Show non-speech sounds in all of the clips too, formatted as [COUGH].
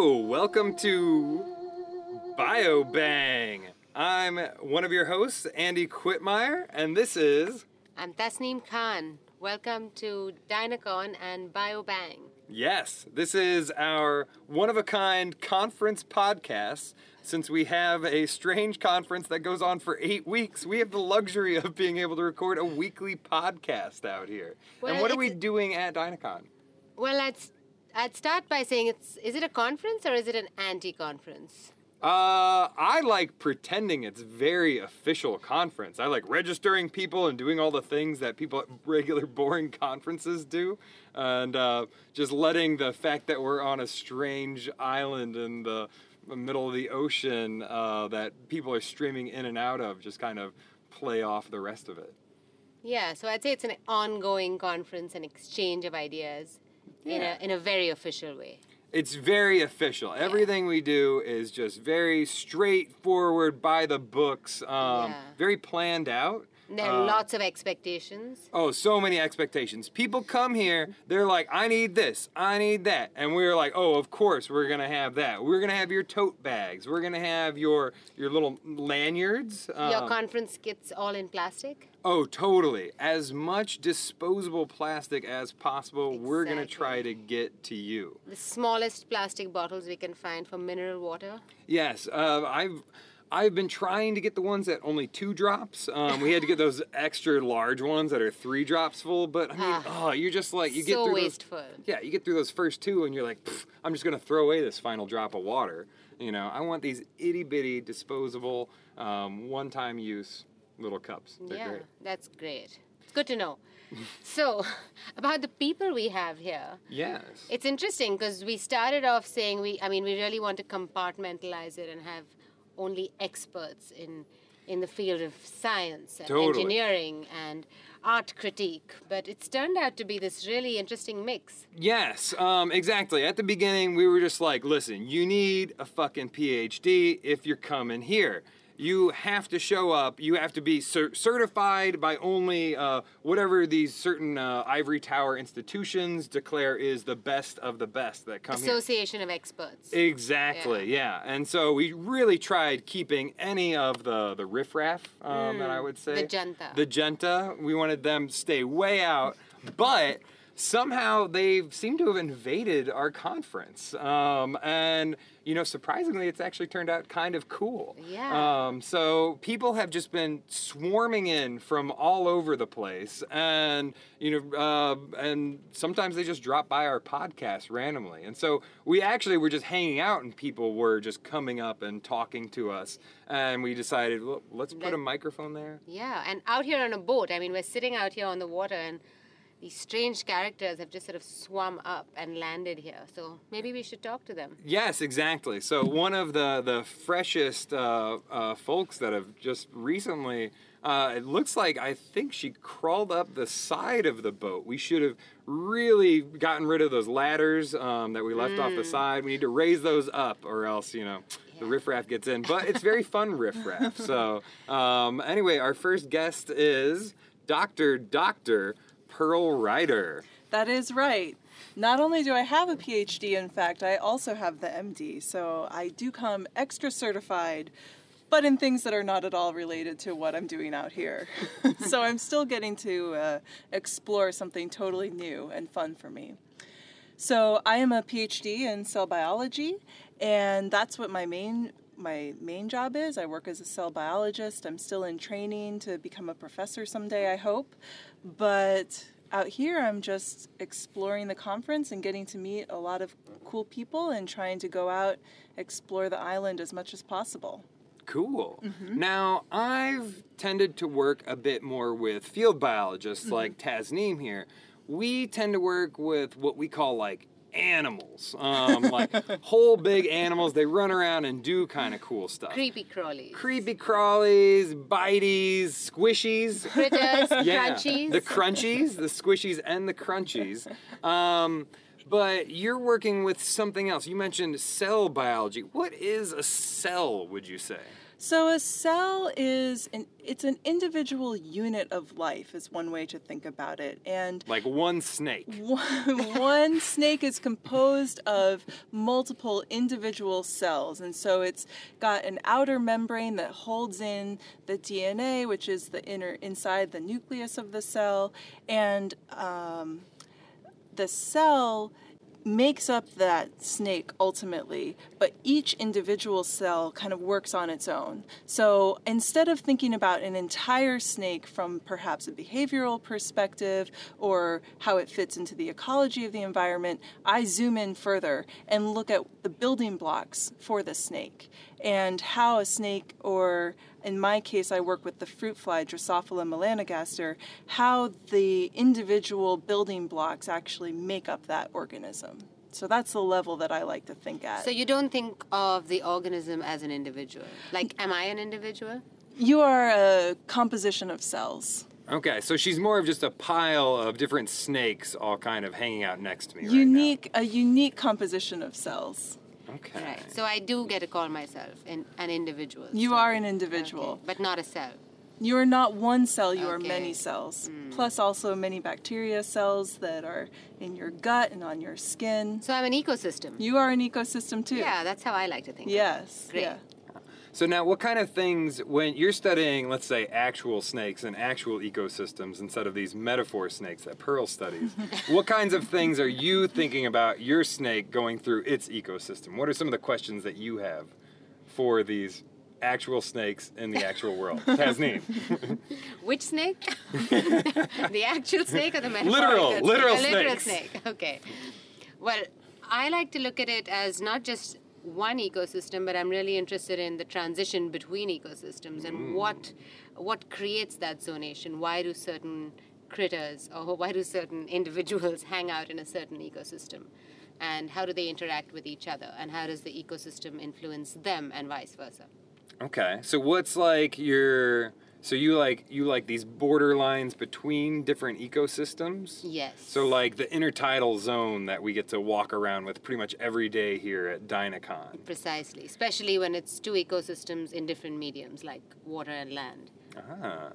welcome to BioBang. I'm one of your hosts, Andy Quitmire, and this is, I'm Tasneem Khan. Welcome to Dynacon and BioBang. yes, this is our one of a kind conference podcast. Since we have a strange conference that goes on for eight weeks, we have the luxury of being able to record a weekly podcast out here. and Well, what are we it's- doing at Dynacon? Well, I'd, s- I'd start by saying it's is it a conference or is it an anti-conference? Uh, I like pretending it's very official conference. I like registering people and doing all the things that people at [LAUGHS] regular boring conferences do, and uh, just letting the fact that we're on a strange island in the middle of the ocean uh, that people are streaming in and out of just kind of play off the rest of it. Yeah, so I'd say it's an ongoing conference, an exchange of ideas in Yeah. a in a very official way. It's very official. Everything we do is just very straightforward, by the books, um, Yeah. very planned out. And there are Uh, lots of expectations. Oh, so many expectations. People come here, they're like, I need this, I need that. And we're like, oh, of course, we're gonna have that. We're gonna have your tote bags, we're gonna have your your little lanyards. Your um, conference kit's all in plastic. oh, totally. As much disposable plastic as possible, we're gonna try Exactly. to get to you. The smallest plastic bottles we can find for mineral water. Yes, uh, I've I've been trying to get the ones that only two drops. Um, we had to get those [LAUGHS] extra large ones that are three drops full. But I mean, oh, you're just like you get Ah. so through wasteful. Those, yeah, you get through those first two, and you're like, "Pff, I'm just gonna throw away this final drop of water. You know, I want these itty bitty disposable, um, one time use little cups. They're yeah, great. that's great. It's good to [LAUGHS] know. so, [LAUGHS] about the people we have here, Yes. it's interesting because we started off saying we, I mean, we really want to compartmentalize it and have only experts in in the field of science and Totally. engineering and art critique, but it's turned out to be this really interesting mix. Yes, um, exactly. At the beginning, we were just like, listen, you need a fucking PhD if you're coming here. You have to show up. You have to be cer- certified by only uh, whatever these certain uh, ivory tower institutions declare is the best of the best that come here. Association of experts. Exactly. Yeah. And so we really tried keeping any of the the riffraff um, that I would say the junta. The junta. We wanted them to stay way out, but somehow they seem to have invaded our conference. Um, and you know, surprisingly, it's actually turned out kind of cool. Yeah. Um, so people have just been swarming in from all over the place, and you know, uh, and sometimes they just drop by our podcast randomly. And so we actually were just hanging out, and people were just coming up and talking to us. And we decided, well, let's put a Let- microphone there. Yeah, and out here on a boat, I mean, we're sitting out here on the water, and these strange characters have just sort of swum up and landed here. So maybe we should talk to them. Yes, exactly. So one of the the freshest uh, uh, folks that have just recently. Uh, it looks like I think she crawled up the side of the boat. We should have really gotten rid of those ladders um, that we left off the side. We need to raise those up, or else you know the Yeah. riffraff gets in. But it's very fun riffraff. So um, anyway, our first guest is Doctor Doctor Pearl Ryder. That is right. Not only do I have a PhD, in fact, I also have the MD, so I do come extra certified, but in things that are not at all related to what I'm doing out here. [LAUGHS] so I'm still getting to uh, explore something totally new and fun for me. So I am a PhD in cell biology, and that's what my main my main job is. I work as a cell biologist. I'm still in training to become a professor someday, I hope. But out here, I'm just exploring the conference and getting to meet a lot of cool people and trying to go out explore the island as much as possible. Cool. Now, I've tended to work a bit more with field biologists like Tasneem here. We tend to work with what we call like animals, um, like whole big animals. They run around and do kind of cool stuff. Creepy crawlies. Creepy crawlies, biteys, squishies. Critters, [LAUGHS] Yeah, crunchies. The crunchies, the squishies, and the crunchies. Um, but you're working with something else. You mentioned cell biology. What is a cell, would you say? So a cell is an it's an individual unit of life is one way to think about it. And Like one snake. one, [LAUGHS] one snake is composed of multiple individual cells, and so it's got an outer membrane that holds in the DNA, which is the inner inside the nucleus of the cell, and um, the cell makes up that snake ultimately, but each individual cell kind of works on its own. So instead of thinking about an entire snake from perhaps a behavioral perspective or how it fits into the ecology of the environment, I zoom in further and look at the building blocks for the snake and how a snake or in my case, I work with the fruit fly Drosophila melanogaster, how the individual building blocks actually make up that organism. So that's the level that I like to think at. So you don't think of the organism as an individual. Like, am I an individual? you are a composition of cells. Okay, so she's more of just a pile of different snakes all kind of hanging out next to me right now. unique, a unique composition of cells. Okay. Right. So I do get to call myself an, an individual. You so- are an Okay, individual. but not a cell. You are not one cell, you are Okay. Hmm. many cells. Plus, also many bacteria cells that are in your gut and on your skin. So I'm an ecosystem. You are an ecosystem too. yeah, that's how I like to think. of it. Yes. Great. Yeah. So now, what kind of things when you're studying, let's say, actual snakes and actual ecosystems instead of these metaphor snakes that Pearl studies? what kinds of things are you thinking about your snake going through its ecosystem? What are some of the questions that you have for these actual snakes in the actual world? Tasneem, Which [LAUGHS] snake? the actual snake or the Literal- metaphorical? snake? literal The literal snakes. snake. Okay. Well, I like to look at it as not just one ecosystem, but I'm really interested in the transition between ecosystems Mm. and what what creates that zonation. Why do certain critters or why do certain individuals [LAUGHS] hang out in a certain ecosystem? And how do they interact with each other? And how does the ecosystem influence them and vice versa? Okay. So what's like your so you like you like these borderlines between different ecosystems? Yes. So like the intertidal zone that we get to walk around with pretty much every day here at Dynacon. Precisely, especially when it's two ecosystems in different mediums like water and land. Ah.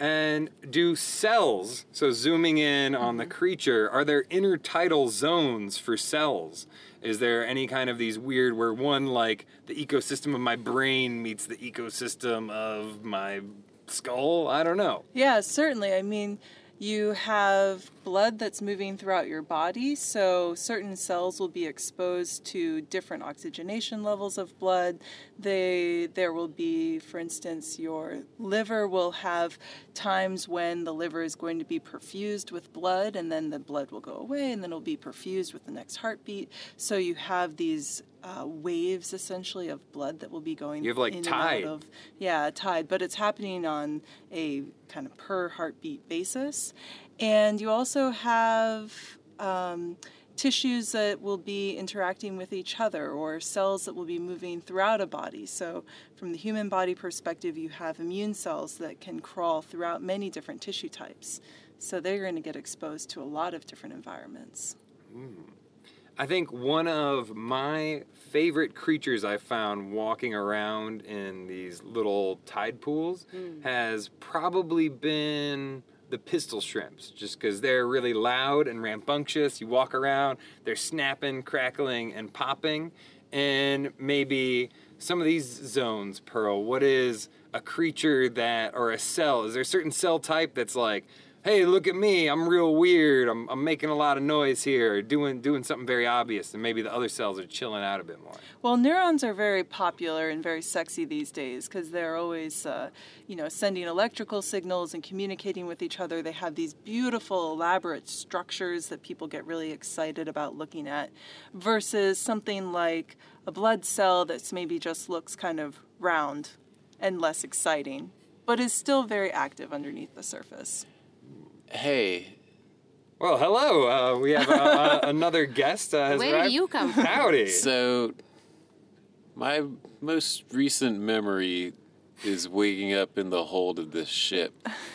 And do cells, so zooming in on the creature, are there intertidal zones for cells? Is there any kind of these weird where one like the ecosystem of my brain meets the ecosystem of my skull? I don't know. Yeah, certainly. I mean, you have blood that's moving throughout your body, so certain cells will be exposed to different oxygenation levels of blood. They there will be, for instance, your liver will have times when the liver is going to be perfused with blood and then the blood will go away and then it'll be perfused with the next heartbeat. So you have these uh, waves essentially of blood that will be going You have, like, in and out tide. of yeah, a tide, but it's happening on a kind of per heartbeat basis. And you also have um, tissues that will be interacting with each other or cells that will be moving throughout a body. So, from the human body perspective, you have immune cells that can crawl throughout many different tissue types. So, they're going to get exposed to a lot of different environments. I think one of my favorite creatures I found walking around in these little tide pools has probably been the pistol shrimps, just because they're really loud and rambunctious. You walk around, they're snapping, crackling, and popping. And maybe some of these zones, Pearl, what is a creature that, or a cell? Is there a certain cell type that's like, hey, look at me, I'm real weird. I'm, I'm making a lot of noise here, doing doing something very obvious, and maybe the other cells are chilling out a bit more. Well, neurons are very popular and very sexy these days because they're always, uh, you know, sending electrical signals and communicating with each other. They have these beautiful, elaborate structures that people get really excited about looking at, versus something like a blood cell that's maybe just looks kind of round and less exciting, but is still very active underneath the surface. Hey, Well, hello. Uh, we have uh, [LAUGHS] uh, another guest. Uh, has Where did arrived. you come from? Howdy. so my most recent memory is waking up in the hold of [LAUGHS] this ship.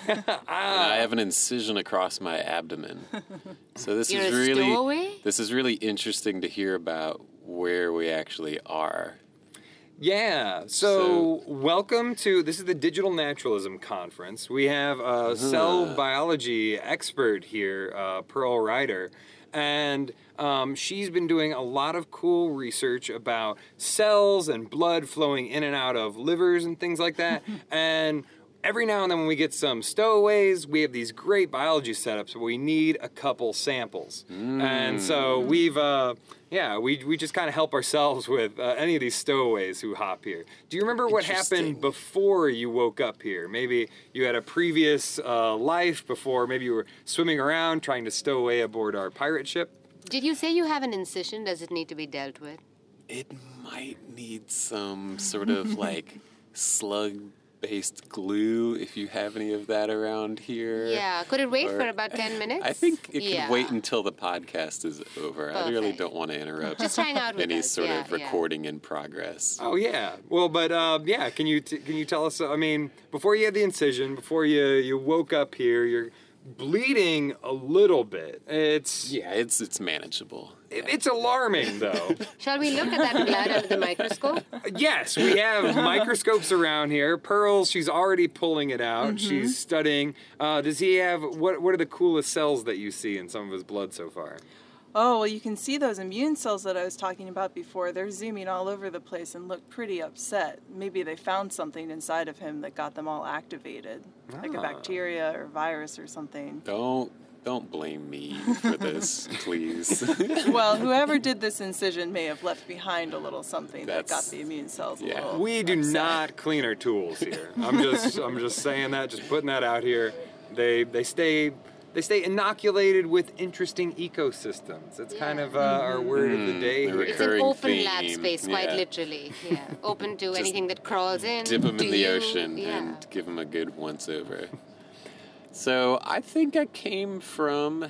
and Ah. I have an incision across my abdomen. So this You're is a really stowaway? this is really interesting to hear about where we actually are. Yeah. So, welcome to this is the Digital Naturalism Conference. We have a cell biology expert here, uh, Pearl Ryder, and um, she's been doing a lot of cool research about cells and blood flowing in and out of livers and things like that. and every now and then when we get some stowaways, we have these great biology setups, but we need a couple samples. And so we've, uh, yeah, we, we just kind of help ourselves with uh, any of these stowaways who hop here. Do you remember what happened Interesting. before you woke up here? Maybe you had a previous uh, life before, maybe you were swimming around trying to stow away aboard our pirate ship. Did you say you have an incision? Does it need to be dealt with? It might need some [LAUGHS] sort of like slug based glue if you have any of that around here. Yeah. Could it wait Or- for about 10 minutes? I think it yeah. can wait until the podcast is over. I really Perfect. don't want to interrupt Just hang out with any us, sort yeah, of yeah. recording in progress. Oh yeah. Well, but uh, yeah. Can you t- can you tell us? I mean, before you had the incision, before you you woke up here, you're bleeding a little bit. It's Yeah, it's it's manageable. it- it's alarming [LAUGHS] though. Shall we look at that blood under the microscope? yes, we have microscopes around here. Pearls, she's already pulling it out. She's studying. Uh, does he have what? What are the coolest cells that you see in some of his blood so far? Oh, well, you can see those immune cells that I was talking about before. They're zooming all over the place and look pretty upset. Maybe they found something inside of him that got them all activated, like a Ah. bacteria or virus or something. Don't don't [LAUGHS] blame me for this, please. [LAUGHS] well, whoever did this incision may have left behind a little something that got That's- the immune cells yeah. a little. We do upset. not clean our tools here. I'm just I'm just saying that, just putting that out here. They they stay they stay inoculated with interesting ecosystems. It's kind of uh, our word of the day. the here. It's an Recurring open lab theme, space, quite yeah. literally. Yeah. Open to anything that crawls in. Dip them Do in the you- ocean yeah. and give them a good once over. So I think I came from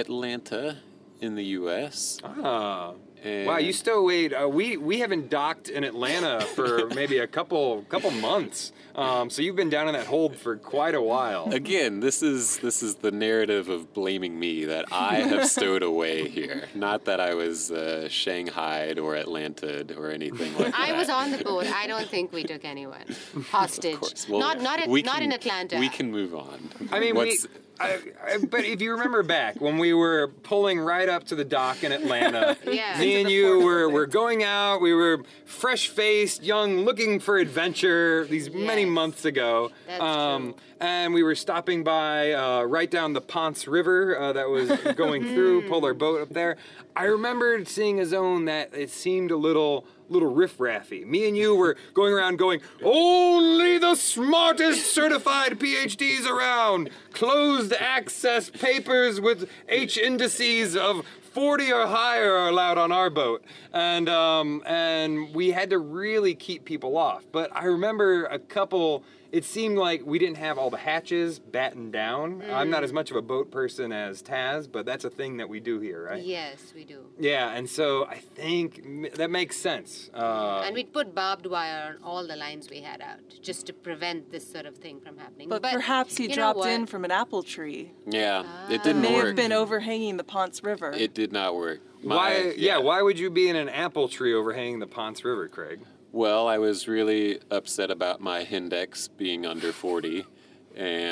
Atlanta in the U.S. Ah. And Wow, you still wait. Uh, we we haven't docked in Atlanta [LAUGHS] for maybe a couple couple months. Um, so you've been down in that hold for quite a while. Again, this is this is the narrative of blaming me that [LAUGHS] I have stowed away here. Not that I was uh, Shanghaied or Atlanted or anything like that. I was on the boat. I don't think we took anyone hostage. [LAUGHS] Of course. Well, not not at, we not can- in Atlanta. We can move on. I mean, we, What's- I, I, but if you remember back when we were pulling right up to the dock in Atlanta, [LAUGHS] Yeah. me Into and the you Fort were, Worth. were going out. We were fresh faced, young, looking for adventure these many Yes. months ago. That's true. Um, And we were stopping by uh, right down the Ponce River uh, that [LAUGHS] was going Hmm. through, pulled our boat up there. I remembered seeing a zone that it seemed a little. Little riffraffy. Me and you were going around going, only the smartest certified PhDs around. Closed access papers with H indices of 40 or higher are allowed on our boat. And um, and we had to really keep people off. But I remember a couple it seemed like we didn't have all the hatches battened down. I'm not as much of a boat person as Taz, but that's a thing that we do here, right? Yes, we do. Yeah, and so I think m- that makes sense. Uh, and we'd put barbed wire on all the lines we had out just to prevent this sort of thing from happening. But, perhaps he you know dropped what? in from an apple tree. yeah, Ah. it It didn't may work. have been overhanging the Ponce River. It did not work. why? yeah. why would you be in an apple tree overhanging the Ponce River, Craig? Well, I was really upset about my Hindex being under 40,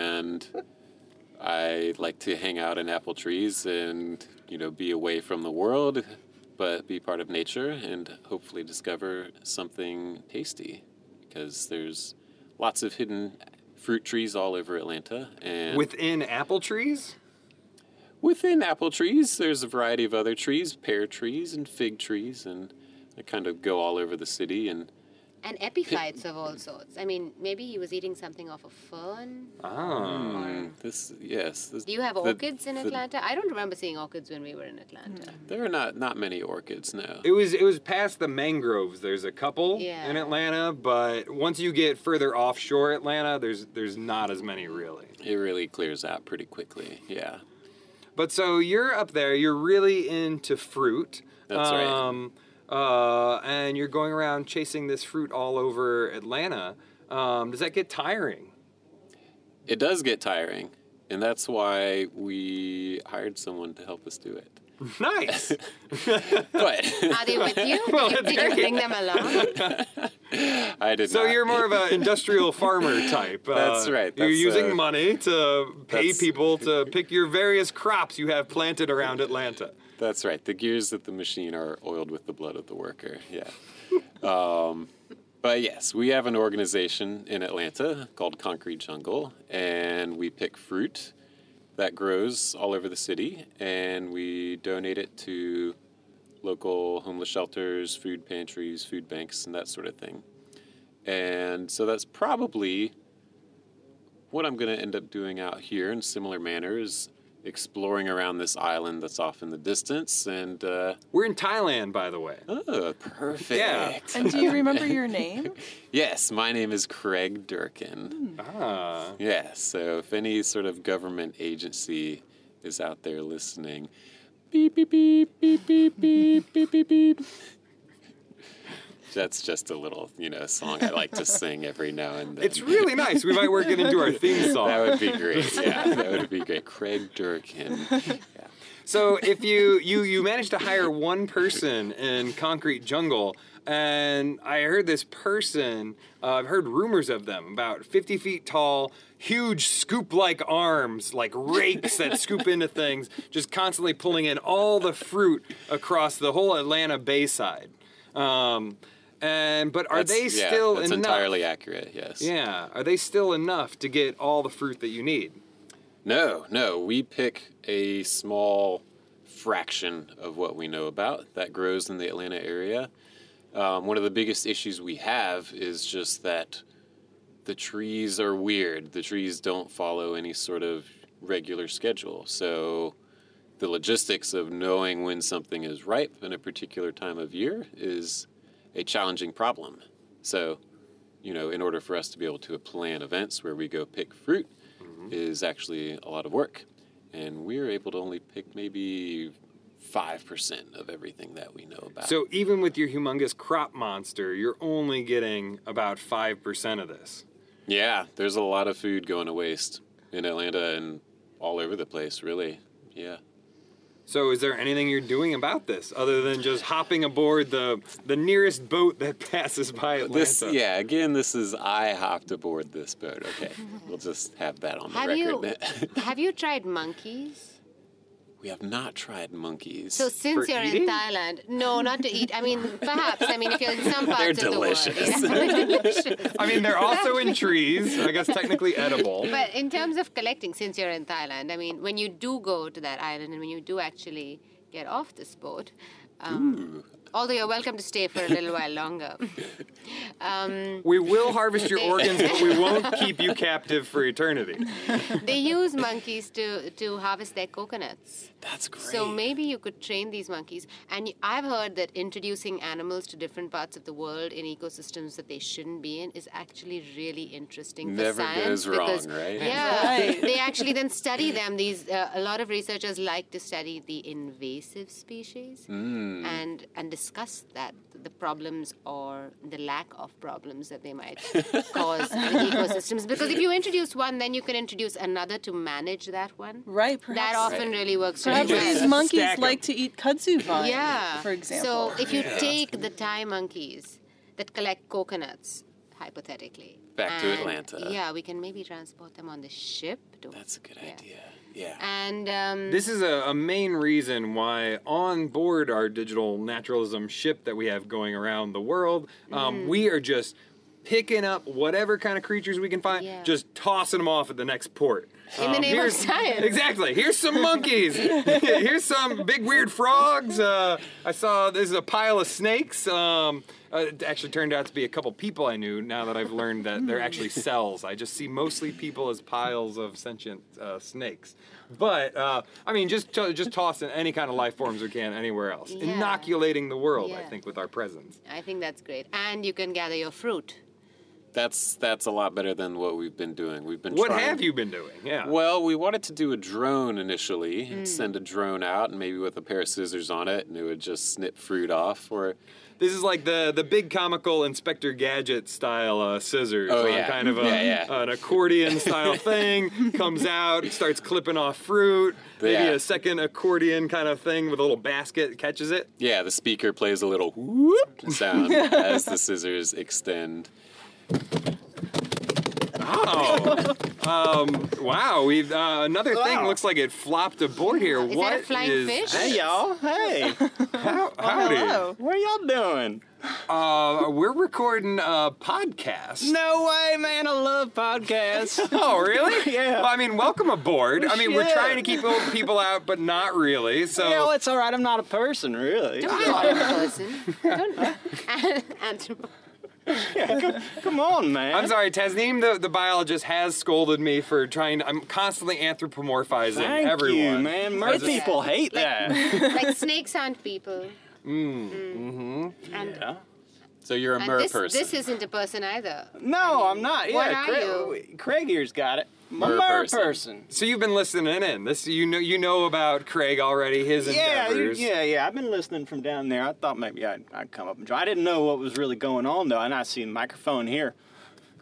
and I like to hang out in apple trees and, you know, be away from the world, but be part of nature and hopefully discover something tasty because there's lots of hidden fruit trees all over Atlanta and Within apple trees? within apple trees there's a variety of other trees, pear trees and fig trees and I kind of go all over the city and And epiphytes of all sorts. I mean, maybe he was eating something off a fern. Ah. Hmm. or Mm, This yes. This, Do you have the- orchids in the- Atlanta? I don't remember seeing orchids when we were in Atlanta. Mm. There are not not many orchids now. It was it was past the mangroves. There's a couple Yeah. in Atlanta, but once you get further offshore Atlanta, there's there's not as many really. It really clears out pretty quickly. Yeah. But so you're up there, you're really into fruit. That's right. right. Uh, and you're going around chasing this fruit all over Atlanta. Um, does that get tiring? [LAUGHS] It does get tiring, and that's why we hired someone to help us do it. Nice. [LAUGHS] But [LAUGHS] Are they with you? Well, Did you- did there you you bring them along? I did So not. you're more of [LAUGHS] an industrial farmer type. Uh, That's right. you're That's, using uh, money to pay that's- people [LAUGHS] to pick your various crops you have planted around Atlanta. That's right. The gears of the machine are oiled with the blood of the worker. Yeah. um, but yes, we have an organization in Atlanta called Concrete Jungle, and we pick fruit that grows all over the city, and we donate it to local homeless shelters, food pantries, food banks, and that sort of thing. And so that's probably what I'm going to end up doing out here in similar manner is exploring around this island that's off in the distance. And, uh, We're in Thailand, by the way. oh, perfect. And do you remember your name? [LAUGHS] Yes, my name is Craig Durkin. Ah. Yeah, so if any sort of government agency is out there listening, beep, beep, beep, beep, beep, beep, beep, beep, beep. That's just a little, you know, song I like to sing every now and then. It's really nice. We might work it into our theme song. That would be great. Yeah, that would be great. Craig Durkin. Yeah. So if you you you managed to hire one person in Concrete Jungle, and I heard this person, uh, I've heard rumors of them, about 50 feet tall, huge scoop-like arms, like rakes [LAUGHS] that scoop into things, just constantly pulling in all the fruit across the whole Atlanta Bayside. Um, and but are they That's- yeah, still that's enough? entirely accurate, yes. yeah, are they still enough to get all the fruit that you need? No, no. We pick a small fraction of what we know about that grows in the Atlanta area. Um, one of the biggest issues we have is just that the trees are weird. The trees don't follow any sort of regular schedule. So the logistics of knowing when something is ripe in a particular time of year is a challenging problem. So, you know, in order for us to be able to plan events where we go pick fruit, is actually a lot of work. And we're able to only pick maybe 5% of everything that we know about. So even with your humongous crop monster, you're only getting about five percent of this. yeah, there's a lot of food going to waste in Atlanta and all over the place, really. Yeah. So is there anything you're doing about this other than just hopping aboard the the nearest boat that [LAUGHS] passes by Atlanta? This, yeah, again, this is I hopped aboard this boat. [LAUGHS] Okay, we'll just have that on the Have you record. have you tried monkeys? [LAUGHS] we have not tried monkeys. So since For you're eating? in Thailand, no, not to eat. I mean, perhaps. I mean, if you're in [LAUGHS] some parts of the delicious. world, They're delicious. I mean, they're also in trees. I guess technically edible. But in terms of collecting, since you're in Thailand, I mean, when you do go to that island and when you do actually get off this boat, um, although you're welcome to stay for a little while longer. We will harvest your organs, but we won't keep you captive for eternity. they use monkeys to, to harvest their coconuts. [LAUGHS] That's great. So maybe you could train these monkeys. And y- I've heard that introducing animals to different parts of the world in ecosystems that they shouldn't be in is actually really interesting Never for science. goes wrong, because, right? Yeah. Right. They actually then study them. These uh, a lot of researchers like to study the invasive species Hmm. and and discuss that the problems or the lack of problems that they [LAUGHS] might cause in ecosystems. Because if you introduce one, then you can introduce another to manage that one. Right, That perhaps. often really works really Perhaps well. these monkeys Stack 'em. like to eat kudzu vine, Yeah. for example. So if you take the Thai monkeys that collect coconuts, hypothetically. Back to Atlanta. Yeah, we can maybe transport them on the ship. To, That's a good yeah. idea. Yeah. And um, This is a, a main reason why, on board our digital naturalism ship that we have going around the world, um, we are just picking up whatever kind of creatures we can find, Yeah. just tossing them off at the next port. In um, the name of here's- science. Exactly. Here's some monkeys. [LAUGHS] here's some big weird frogs. Uh, I saw this is a pile of snakes. Um, uh, it actually turned out to be a couple people I knew now that I've learned that they're [LAUGHS] actually cells. I just see mostly people as piles of sentient uh, snakes. But uh, I mean, just to, just tossing any kind of life forms we can anywhere else, Yeah. inoculating the world. I Yeah. think with our presence. I think that's great. And you can gather your [LAUGHS] fruit. That's that's a lot better than what we've been doing. We've been What trying- have you been doing? Yeah. Well, we wanted to do a drone Mm. initially and send a drone out, and maybe with a pair of scissors on it, and it would just snip fruit off. Or This is like the the big comical Inspector Gadget style uh, scissors. Oh, on yeah. Kind of a, Yeah, yeah. an accordion [LAUGHS] style thing comes out, starts clipping off fruit. Maybe Yeah. a second accordion kind of thing with a little basket catches it. Yeah, the speaker plays a little whoop sound as the scissors extend. Oh, um, wow! We've uh, another thing Wow. looks like it flopped aboard here. What that is a flying fish? that? Hey y'all! Hey, How, howdy. Hello. what are y'all doing? Uh, we're recording a podcast. No way, man! I love podcasts. Oh, [LAUGHS] really? Yeah. Well, I mean, welcome aboard. I mean, we're Shit. trying to keep old people out, but not [LAUGHS] really. So, Yeah, well, it's all right. I'm not a person, really. Don't call him a person. Don't [LAUGHS] anthropo- Come on, man. I'm sorry, Tasneem, the, the biologist, has scolded me for trying. To, I'm constantly anthropomorphizing Thank everyone. you, man. Mer That's- people hate that. [LAUGHS] like snakes aren't people. Mm. Mm-hmm. And, So you're a and mer this, person. this isn't a person either. no, I'm not. Yeah, What are Craig, Craig here's got it. I'm a Mer mer person. person. So you've been listening in. This you know you know about Craig already. His Yeah, you- endeavors. yeah, yeah. I've been listening from down there. I thought maybe I'd, I'd come up and join. I didn't know what was really going on though, and I see the microphone here.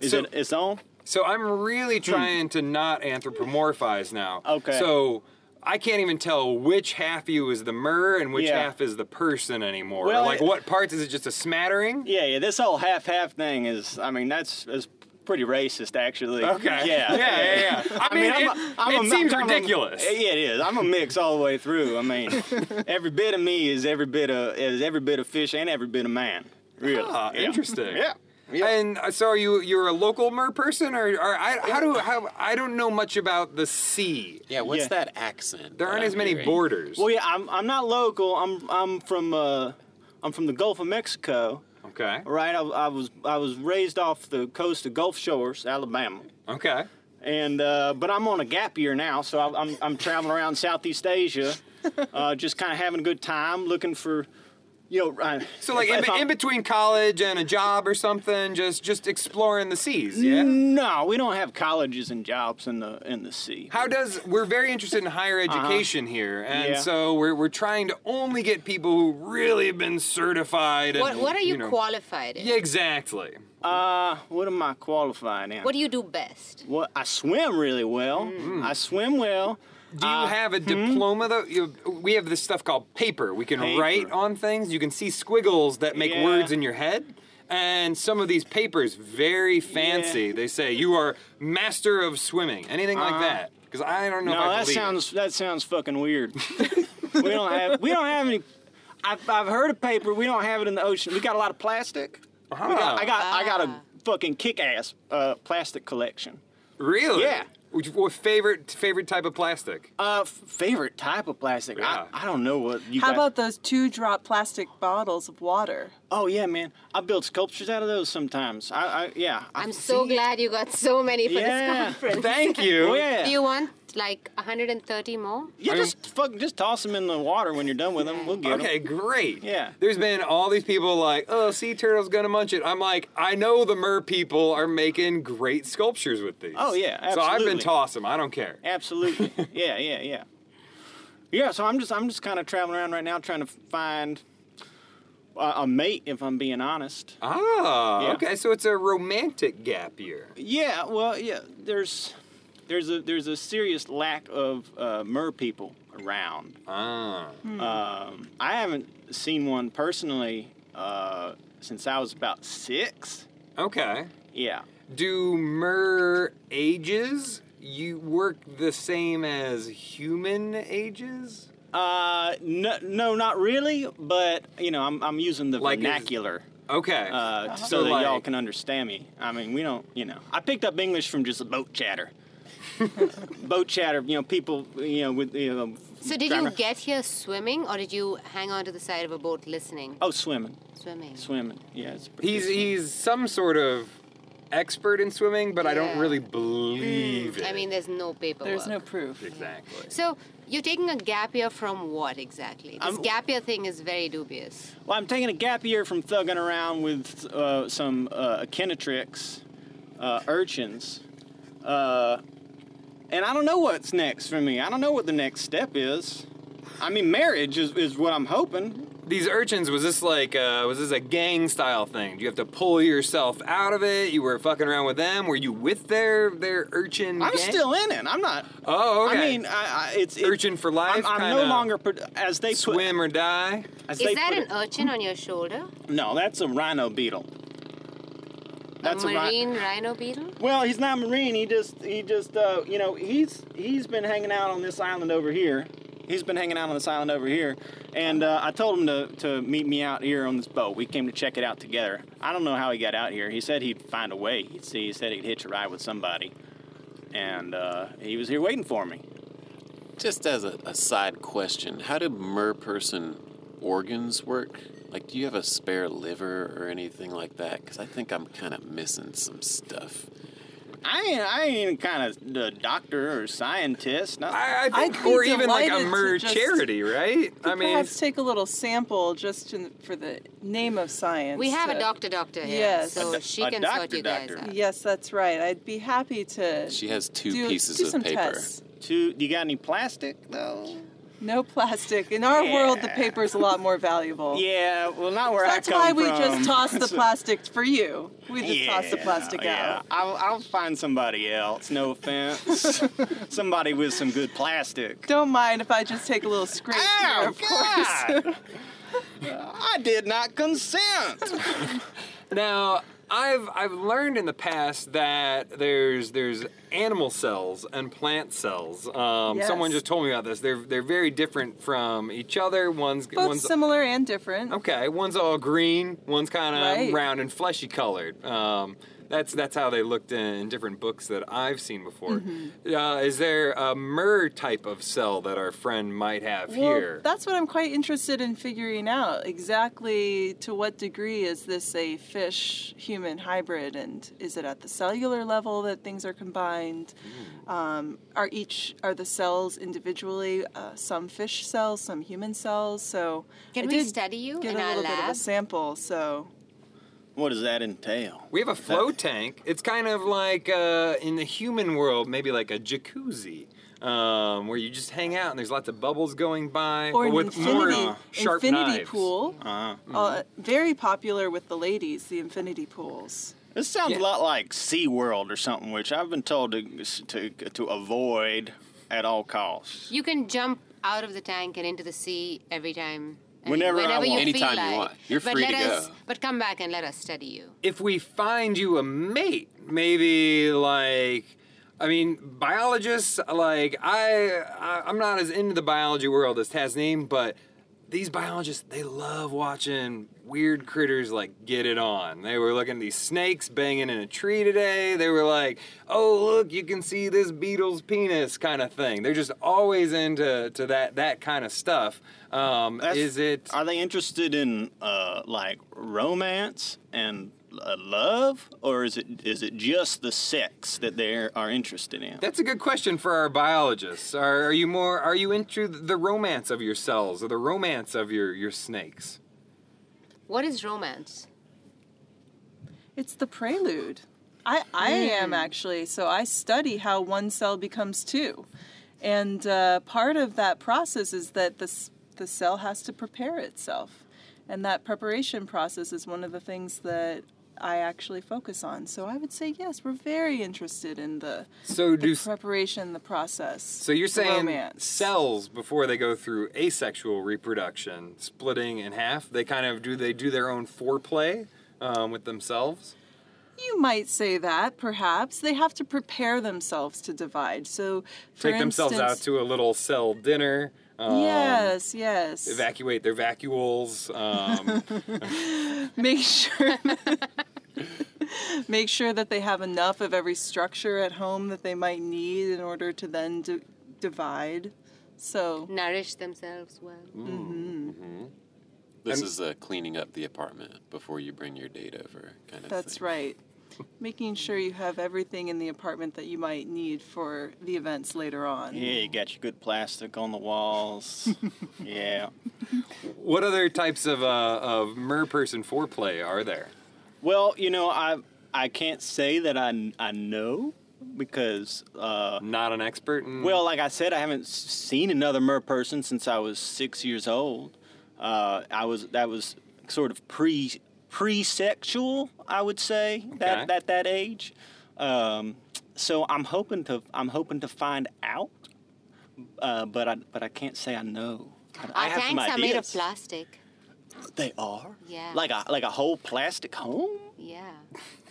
Is So- it? It's on. So I'm really trying to not anthropomorphize now. Hmm. Okay. So I can't even tell which half you is the mer and which Yeah. half is the person anymore. Well, like I- what parts is it just a smattering? Yeah, yeah. This whole half half thing is. I mean, that's is pretty racist, actually. Okay. Yeah. Yeah, yeah, yeah. I, [LAUGHS] I mean, mean, I'm it, a- I'm it a mi- seems I'm a- ridiculous. yeah, it is. I'm a mix all the way through. [LAUGHS] I mean, every bit of me is every bit of is every bit of fish and every bit of man. Really. Ah, Yeah. interesting. Yeah. And uh, so, are you you're a local mer person, or, or I, how do how I don't know much about the sea. yeah, what's Yeah. that accent? There that aren't I'm as many hearing? borders. Well, yeah. I'm I'm not local. I'm I'm from uh I'm from the Gulf of Mexico. Okay. Right. I, I was I was raised off the coast of Gulf Shores, Alabama. Okay. and uh, but I'm on a gap year now, so I- I'm I'm traveling around [LAUGHS] Southeast Asia, uh, just kind of having a good time, looking for, you know, I, So, like if- in, if be- I'm- in between college and a job or something, just just exploring the seas. Yeah. No, we don't have colleges and jobs in the in the sea. How does we're very interested in higher education here, and Uh-huh. Yeah. so we're, we're trying to only get people who really have been certified. And, What, what are you, know- qualified in? Yeah, exactly. Uh, what am I qualified in? What do you do best? Well, I swim really well. Mm. I swim well. Do Uh, you have a hmm? diploma though? You, we have this stuff called paper. We can Paper. write on things. You can see squiggles that make Yeah. words in your head. And some of these papers very fancy. They say you are master of swimming. Anything like that? Because I don't know. if Uh-huh. No, I that believe it. sounds that sounds fucking [LAUGHS] weird. we don't have we don't have any. I've, I've heard of paper. We don't have it in the ocean. We got a lot of plastic. We Uh-huh. got- I got I got a Ah. fucking kick ass uh, plastic collection. really. Yeah. Which- What favorite favorite type of plastic? Uh, f- favorite type of plastic? Yeah. I, I don't know what you. How guys- about those two drop plastic bottles of water? Oh yeah, man. I build sculptures out of those sometimes. I, I yeah. I- I'm so glad you got so many for Yeah. this conference. Thank [LAUGHS] you. Oh yeah. Do you want like 130 more? yeah, I mean- just fuck, just toss them in the water when you're done with them. We'll get Okay, great. Yeah. There's been all these people like, oh, sea turtle's gonna munch it. I'm like, I know the mer people are making great sculptures with these. Oh, yeah, So I've been absolutely. tossing them. I don't care. them. [LAUGHS] Absolutely. yeah, yeah, yeah. Yeah. So I'm just I'm just kind of traveling around right now trying to find a, a mate. If I'm being honest. Ah, Yeah. okay. So it's a romantic gap year. Yeah. Well, yeah. There's there's a there's a serious lack of uh, mer people around. Ah. Um, I haven't seen one personally uh, since I was about six. Okay. Yeah. Do mer ages you work the same as human ages? Uh, no, no, not really. But you know, I'm I'm using the Like is- vernacular. Okay. Uh-huh. Uh, so, So, that y'all like- can understand me. I mean, we don't, you know. I picked up English from just boat chatter. [LAUGHS] boat chatter, you know, people, you know, with, you know. So did you grammar- get here swimming or did you hang on to the side of a boat listening? Oh, swimming, Swimming. swimming. Yeah, it's pretty. he's he's some sort of expert in swimming, but I don't Yeah. Mm, really believe it. I mean, there's no paperwork. There's no proof. exactly. So you're taking a gap year from what exactly? This I'm- gap year thing is very dubious. Well, I'm taking a gap year from thugging around with uh, some uh, Kinetrix uh, urchins. Uh, and I don't know what's next for me. I don't know what the next step is. I mean, marriage is, is what I'm hoping. these urchins was this like uh, was this a gang style thing? Do you have to pull yourself out of it? You were fucking around with them. Were you with their their urchin? I'm gang? still in it. I'm not. Oh, okay. I mean, I, I, it's it- Urchin for life, I'm, I'm no kinda longer pro- as they swim or die. Put, as they Is that put an urchin on your shoulder? it, no? That's a rhino beetle. That's a a, rhi- marine rhino beetle? Well, he's not marine. He just he just uh, you know he's he's been hanging out on this island over here. He's been hanging out on this island over here, and uh, I told him to, to meet me out here on this boat. We came to check it out together. I don't know how he got out here. He said he'd find a way. He'd see. He said he'd hitch a ride with somebody, and uh, he was here waiting for me. Just as a, a side question, how do mer person organs work? Like, do you have a spare liver or anything like that? Because I think I'm kind of missing some stuff. I ain't I ain't kind of the doctor or scientist. No. I, I I'd think, be or even like a delighted to mer just- charity, right? I mean, Perhaps take a little sample just in, for the name of science. We have a to- doctor doctor here, Yes. so A do- she a can sort doctor you guys doctor. out. Yes, that's right. I'd be happy to She has two do, pieces do of some paper. tests. Two, you got any plastic though? No plastic. In our world, the Yeah. paper's a lot more valuable. Yeah, well, not where That's I come why we from. just toss the So- plastic for you. We just toss the plastic out. I'll, I'll find somebody else. No [LAUGHS] offense. somebody with some good plastic. Don't mind if I just take a little scrape here, of course. God! I did not consent. Now, I've I've learned in the past that there's there's animal cells and plant cells. Um, Yes. Someone just told me about this. They're they're very different from each other. One's Both one's similar and different. okay. One's all green. One's kind of Right. round and fleshy colored. Um, that's that's how they looked in different books that I've seen before. Mm-hmm. Uh, is there a myrrh type of cell that our friend might have Well, here? that's what I'm quite interested in figuring out. Exactly to what degree is this a fish human hybrid, and is it at the cellular level that things are combined? Um, are each are the cells individually uh, some fish cells, some human cells? So Can I we did study you in get a our little bit of a lab? sample. So What does that entail? We have a flow tank. It's kind of like uh, in the human world, maybe like a jacuzzi, um, where you just hang out and there's lots of bubbles going by, or but an with infinity, more uh, sharp infinity knives. Uh-huh. Mm-hmm. pool, Uh, uh, very popular with the ladies. The infinity pools. this sounds Yeah. a lot like SeaWorld or something, which I've been told to, to, to avoid at all costs. You can jump out of the tank and into the sea every time. I mean, Whenever I whenever you want. feel Anytime you like. want. You're but free let to us, go. But come back and let us study you. If we find you a mate, maybe like. I mean, biologists like I, I I'm not as into the biology world as Tasneem, but these biologists they love watching weird critters like get it on. They were looking at these snakes banging in a tree today. They were like, "Oh, look, you can see this beetle's penis," kind of thing. They're just always into to that that kind of stuff. Um, That's- is it? Are they interested in uh, like romance and uh, love, or is it is it just the sex that they are interested in? That's a good question for our biologists. Are, are you more are you into the romance of your cells or the romance of your your snakes? What is romance? It's the prelude. I, I Mm. am actually. So I study how one cell becomes two. And uh, part of that process is that the, s- the cell has to prepare itself. And that preparation process is one of the things that I actually focus on. So I would say, yes, we're very interested in the, So the do s- preparation, the process. so you're the saying romance. cells before they go through asexual reproduction, splitting in half, they kind of do they do their own foreplay um, with themselves. You might say that, perhaps. They have to prepare themselves to divide. So, for Take themselves out instance- to a little cell dinner. Um, Yes, yes. Evacuate their vacuoles. [LAUGHS] Um, make sure make sure that they have enough of every structure at home that they might need in order to then d- divide so Nourish themselves well. This And- is uh, cleaning up the apartment before you bring your date over, kind of that's thing. right making sure you have everything in the apartment that you might need for the events later on Yeah, you got your good plastic on the walls. [LAUGHS] yeah. what other types of uh, of mer person foreplay are there? Well, you know, I I can't say that I I know because uh, Not an expert in well, like I said, I haven't s- seen another mer person since I was six years old. Uh, I was that was sort of pre pre sexual, I would say Okay. that at that age. Um, so I'm hoping to I'm hoping to find out, uh, but I but I can't say I know. I, I Our have some tanks are made of ideas. plastic. They are. Yeah. Like a like a whole plastic home. Yeah.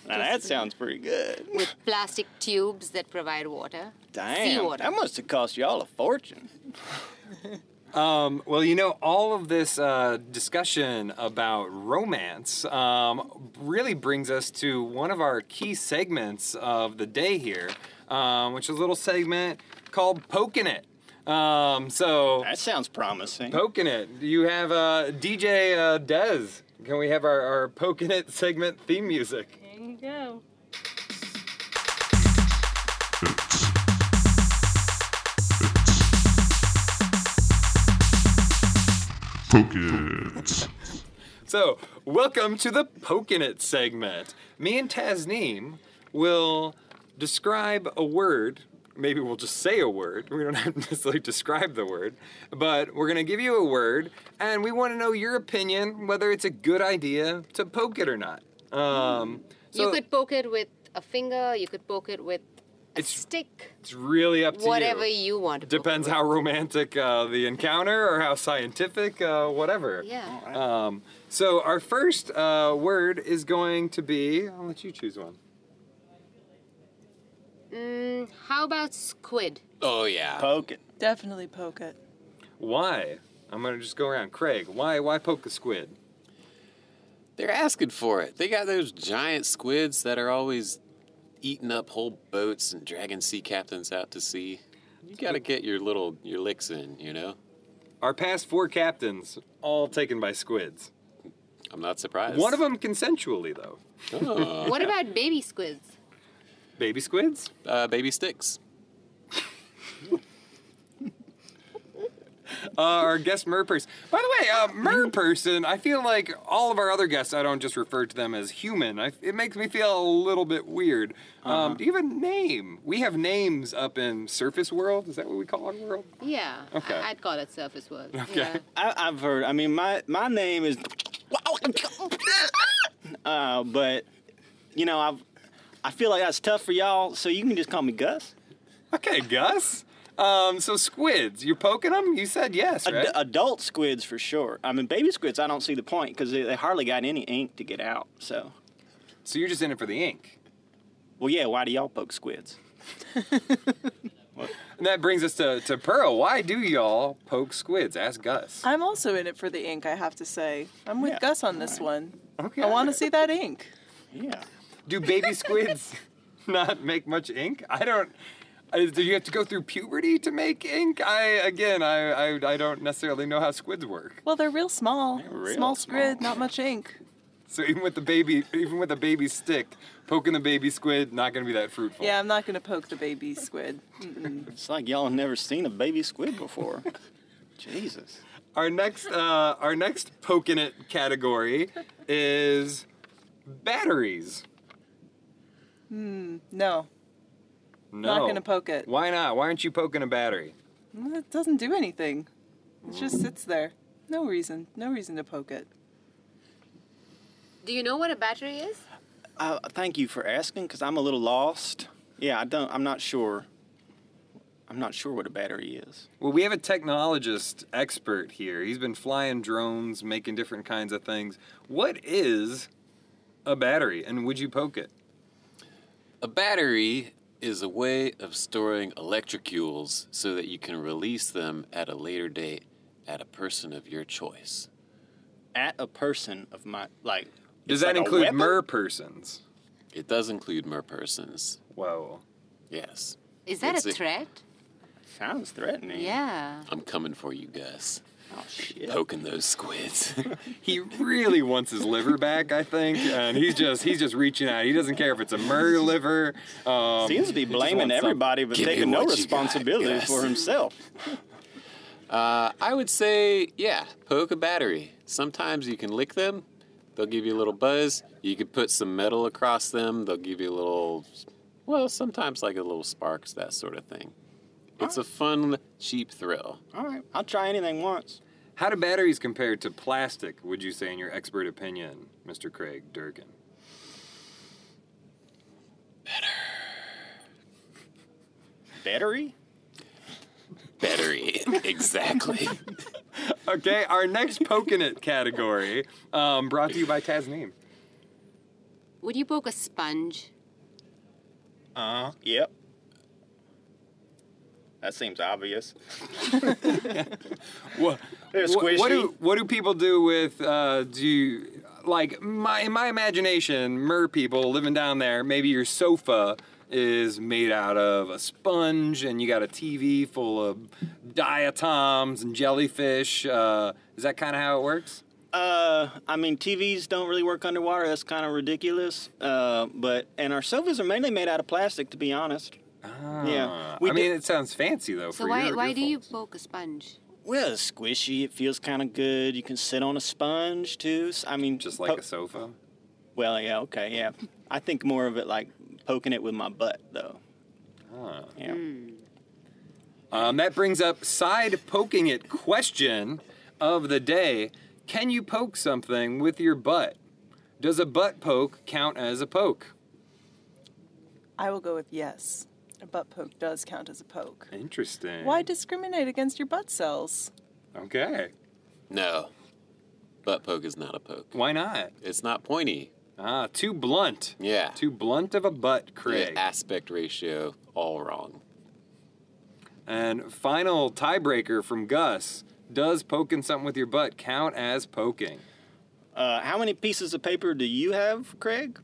Now that sounds pretty good. With plastic tubes that provide water. Damn, Seawater. that must have cost y'all a fortune. Um, well, you know, all of this uh, discussion about romance um, really brings us to one of our key segments of the day here, um, which is a little segment called Poking It. Um, so, That sounds promising. Poking It, do you have uh, DJ uh, Dez? Can we have our, our Poking It segment theme music? There you go. Focus. So, welcome to the Poking It segment. Me and Tasneem will describe a word. Maybe we'll just say a word. We don't [LAUGHS] have to necessarily describe the word, but we're gonna give you a word, and we want to know your opinion whether it's a good idea to poke it or not. Um, so Mm. you could poke it with a finger, you could poke it with a It's stick, it's really up to whatever you. you want to poke Depends it how romantic uh, the encounter or how scientific, uh, whatever. with. Yeah. Um, so our first uh, word is going to be. I'll let you choose one. Mm, how about squid? Oh yeah. Poke it. Definitely poke it. Why? I'm gonna just go around. Craig, why? Why poke a squid? They're asking for it. They got those giant squids that are always eating up whole boats and dragging sea captains out to sea. You got to get your little your licks in, you know. Our past four captains all taken by squids. I'm not surprised. One of them consensually though. Oh, What about baby squids? Baby squids. uh, baby sticks. Uh, our guest mer person. By the way, uh, mer person. I feel like all of our other guests. I don't just refer to them as human. I, it makes me feel a little bit weird. Um, do you have a name? We have names up in Surface World. Is that what we call our world? Yeah, Okay. I- I'd call it surface world. Yeah. I, I've heard. I mean, my my name is. [LAUGHS] Uh, but you know, I've I feel like that's tough for y'all, so you can just call me Gus. Okay, Gus. Um, so squids, you're poking them? You said yes, Ad- right? adult squids for sure. I mean, baby squids. I don't see the point because they, they hardly got any ink to get out. So, so you're just in it for the ink. well, yeah. Why do y'all poke squids? And that brings us to, to Pearl. Why do y'all poke squids? Ask Gus. I'm also in it for the ink, I have to say. I'm with Yeah, Gus on this one. Okay. I want to see that ink. Yeah. Do baby [LAUGHS] squids not make much ink? I don't. I- Do you have to go through puberty to make ink? I again, I I, I don't necessarily know how squids work. Well, they're real small. real small squid, small. not much ink. So even with the baby, even with a baby stick, poking the baby squid not going to be that fruitful. Yeah, I'm not going to poke the baby squid. It's like y'all have never seen a baby squid [LAUGHS] before. Jesus. Our next uh, our next poking it category is batteries. No, No. not going to poke it. Why not? Why aren't you poking a battery? Well, It doesn't do anything. It just sits there. No reason. No reason to poke it. Do you know what a battery is? Uh, thank you for asking, because I'm a little lost. Yeah, I don't. I'm not sure. I'm not sure what a battery is. Well, we have a technologist expert here. He's been flying drones, making different kinds of things. What is a battery, and would you poke it? A battery is a way of storing electrocules so that you can release them at a later date at a person of your choice. At a person of my like. Does it's that like a include weapon? mer persons? It does include mer persons. Whoa. Yes. Is that It's a a- threat? Sounds threatening. Yeah. I'm coming for you, Gus. Oh shit. Poking those squids. [LAUGHS] He really wants his liver back, I think, and he's just he's just reaching out. He doesn't care if it's a mer liver. Um, Seems to be want blaming some. everybody, but Give me taking no what you got, responsibility Gus. for himself. uh, I would say, yeah, poke a battery. Sometimes you can lick them, they'll give you a little buzz. You could put some metal across them, they'll give you a little, well, sometimes like a little sparks, that sort of thing. It's a fun, cheap thrill. All right, I'll try anything once. How do batteries compare to plastic, would you say, in your expert opinion, Mr. Craig Durkin? Battery? Battery, [LAUGHS] exactly. Okay, our next poking it category, um, brought to you by Tasneem. Would you poke a sponge? Uh, yep. That [LAUGHS] seems obvious. What, They're what, what do squishy. what do people do with uh, do you, like my in my imagination, mer people living down there, maybe your sofa is made out of a sponge and you got a TV full of diatoms and jellyfish. Uh, is that kind of how it works? Uh, I mean, TVs don't really work underwater. That's kind of ridiculous. Uh, but and our sofas are mainly made out of plastic, to be honest. Uh, yeah, we I mean, did- it sounds fancy though. So for why your- why your do you folks. poke a sponge? Well, it's squishy. It feels kind of good. You can sit on a sponge too. S- I mean, just po- like a sofa? Well, yeah, okay, yeah. I think more of it like poking it with my butt, though. Ah. Yeah. Um, that brings up side poking it question of the day. Can you poke something with your butt? Does a butt poke count as a poke? I will go with yes. A butt poke does count as a poke. Interesting. Why discriminate against your butt cells? Okay. No, butt poke is not a poke. Why not? It's not pointy. Ah, too blunt. Yeah. Too blunt of a butt, Craig. The aspect ratio, all wrong. And final tiebreaker from Gus. Does poking something with your butt count as poking? Uh, how many pieces of paper do you have, Craig?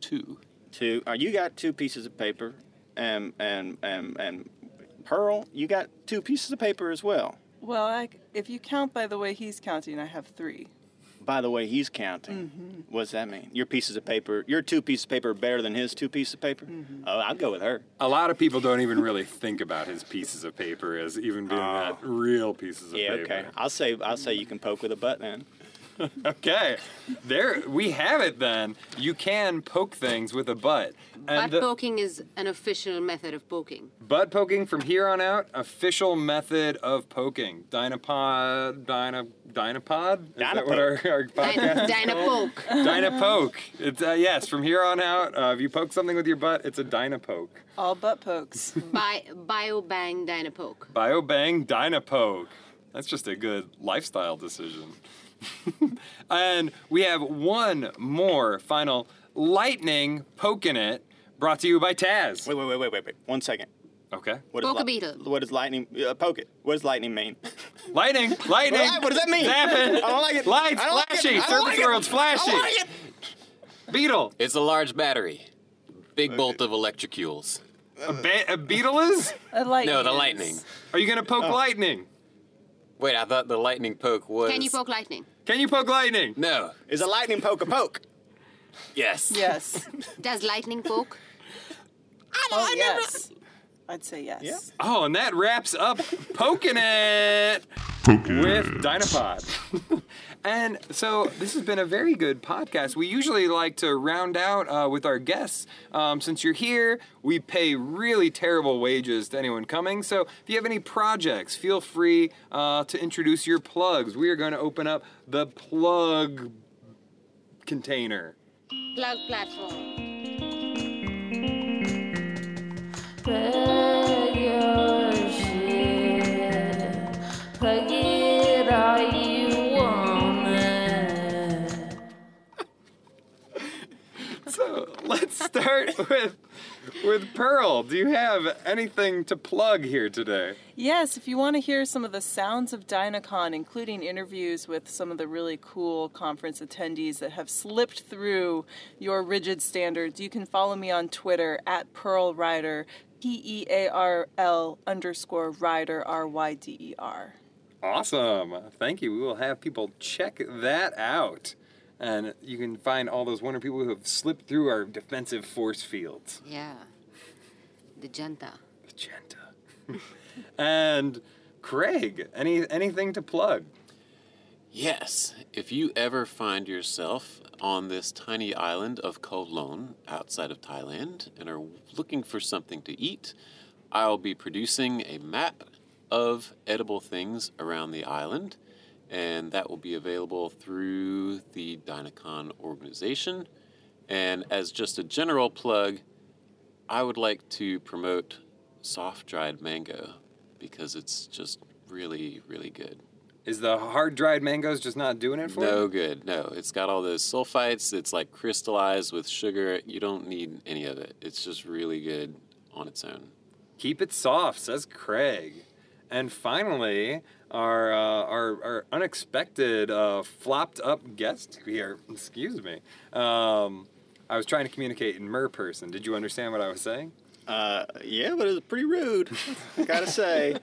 Two. Two. Uh, you got two pieces of paper, and and and and Pearl, you got two pieces of paper as well. Well, I, if you count by the way he's counting, I have three. By the way, he's counting. What does that mean? Your pieces of paper, your two pieces of paper are better than his two pieces of paper. Oh, I'll go with her. A lot of people don't even really think about his pieces of paper as even being that real pieces of Yeah, paper. okay. I'll say I'll say you can poke with a butt then. Okay, there we have it. Then you can poke things with a butt, Butt and the poking is an official method of [LAUGHS] poking. butt poking from here on out, official method of poking. Dynapod, dyna, dynapod. Is that what our, our podcast? is Dina called? poke. Dynapoke. It's uh, yes. From here on out, uh, if you poke something with your butt, it's a dynapoke. All butt pokes. Bi- bio bang Dina poke. Biobang Dynapoke. That's just a good lifestyle decision. [LAUGHS] and we have one more final lightning poking it brought to you by Taz. Wait, wait, wait, wait, wait, wait. One second. Okay. What Poke is a beetle. What does lightning? Uh, poke it. What does lightning mean? [LAUGHS] Lightning, lightning. What- what does that mean? [LAUGHS] Zapping. I don't like it. Lights, I don't like it. flashy. I don't Surface like it. world's flashy. I like it. Beetle. It's a large battery. Big bolt of electrocules. A, ba- a beetle is? A lightning. No, the is- lightning. Are you going to poke Oh. lightning? Wait, I thought the lightning poke was. Can you poke lightning? Can you poke lightning? No. Is a lightning poke a poke? Yes. Yes. Does lightning poke? oh, yes. I'd say yes. Oh, and that wraps up Poking It with Dynapod. [LAUGHS] and so this has been a very good podcast. We usually like to round out uh, with our guests. Um, since you're here, we pay really terrible wages to anyone coming. So if you have any projects, feel free uh, to introduce your plugs. We are going to open up the plug container. [LAUGHS] Plug platform. Plug your shit. Plug it all you wanna. So let's start [LAUGHS] with with Pearl. Do you have anything to plug here today? Yes, if you want to hear some of the sounds of DynaCon, including interviews with some of the really cool conference attendees that have slipped through your rigid standards, you can follow me on Twitter at Pearl Rider, P E A R L underscore Rider, R Y D E R. Awesome. Thank you. We will have people check that out. And you can find all those wonderful people who have slipped through our defensive force fields. Yeah. The janta. Magenta. [LAUGHS] and Craig, any anything to plug? Yes. If you ever find yourself on this tiny island of Koh Lon outside of Thailand and are looking for something to eat, I'll be producing a map of edible things around the island, and that will be available through the Dynacon organization. And as just a general plug, I would like to promote soft dried mango because it's just really, really good. Is the hard dried mangoes just not doing it for No you? good. No, it's got all those sulfites. It's like crystallized with sugar. You don't need any of it. It's just really good on its own. Keep it soft, says Craig. And finally, our uh, our, our unexpected uh, flopped up guest here. Excuse me. Um, I was trying to communicate in mer person. Did you understand what I was saying? Uh, yeah, but it's pretty rude. I gotta say.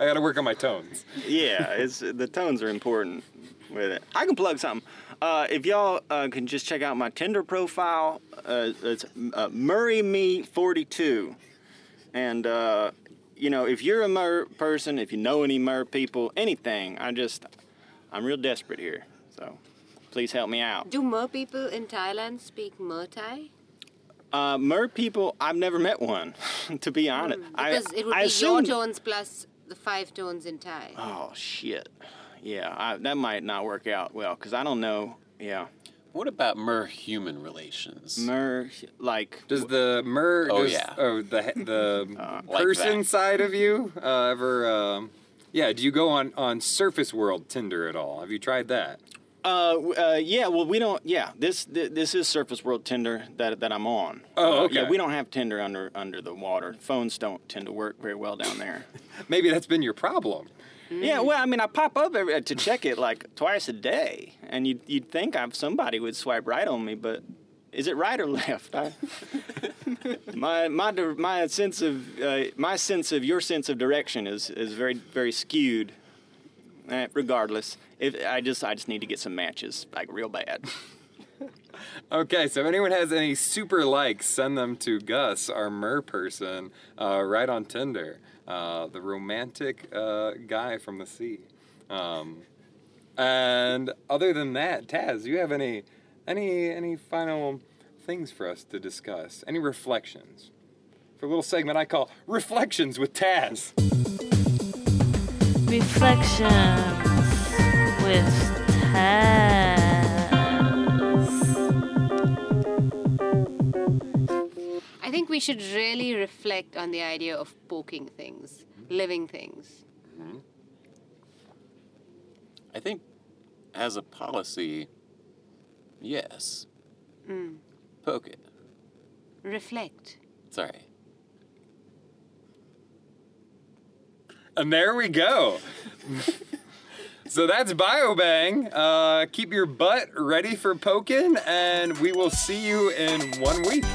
I got to work on my tones. yeah, it's the tones are important with it. I can plug something. Uh, if y'all uh, can just check out my Tinder profile, uh, it's uh, Murray Me Forty Two, and uh, you know if you're a Mer person, if you know any Mer people, anything, I just I'm real desperate here, so please help me out. Do Mer people in Thailand speak Mer Thai? Uh, Mer people, I've never met one, [LAUGHS] to be honest. Mm, Because I, it would I be assumed- your tones plus the five tones in Thai. Oh shit, yeah, I, that might not work out well because I don't know. Yeah. What about mer human relations? Mer, like Does the mer? Oh, does- yeah. oh, the the [LAUGHS] like person that. side of you uh, ever? Um, yeah. Do you go on on Surface World Tinder at all? Have you tried that? Uh, w- uh, yeah. Well, we don't. Yeah, this th- this is Surface World Tinder that that I'm on. Oh, Uh, okay. yeah, we don't have Tinder under under the water. Phones don't tend to work very well down there. Maybe that's been your problem. Yeah. Well, I mean, I pop up every, to check it like twice a day, and you'd you'd think I've somebody would swipe right on me, but is it right or left? I, my my dir- my sense of uh, my sense of your sense of direction is is very very skewed. Eh, regardless, if I just I just need to get some matches like real bad. Okay, so if anyone has any super likes, send them to Gus, our mer person, uh, right on Tinder, uh, the romantic uh, guy from the sea. Um, and other than that, Taz, do you have any any any final things for us to discuss? Any reflections? For a little segment I call Reflections with Taz. Reflections with Taz. I think we should really reflect on the idea of poking things, living things. I think as a policy, yes. Hmm. Poke it. Reflect. Sorry. And there we go. so that's BioBang. Uh, keep your butt ready for poking, and we will see you in one week.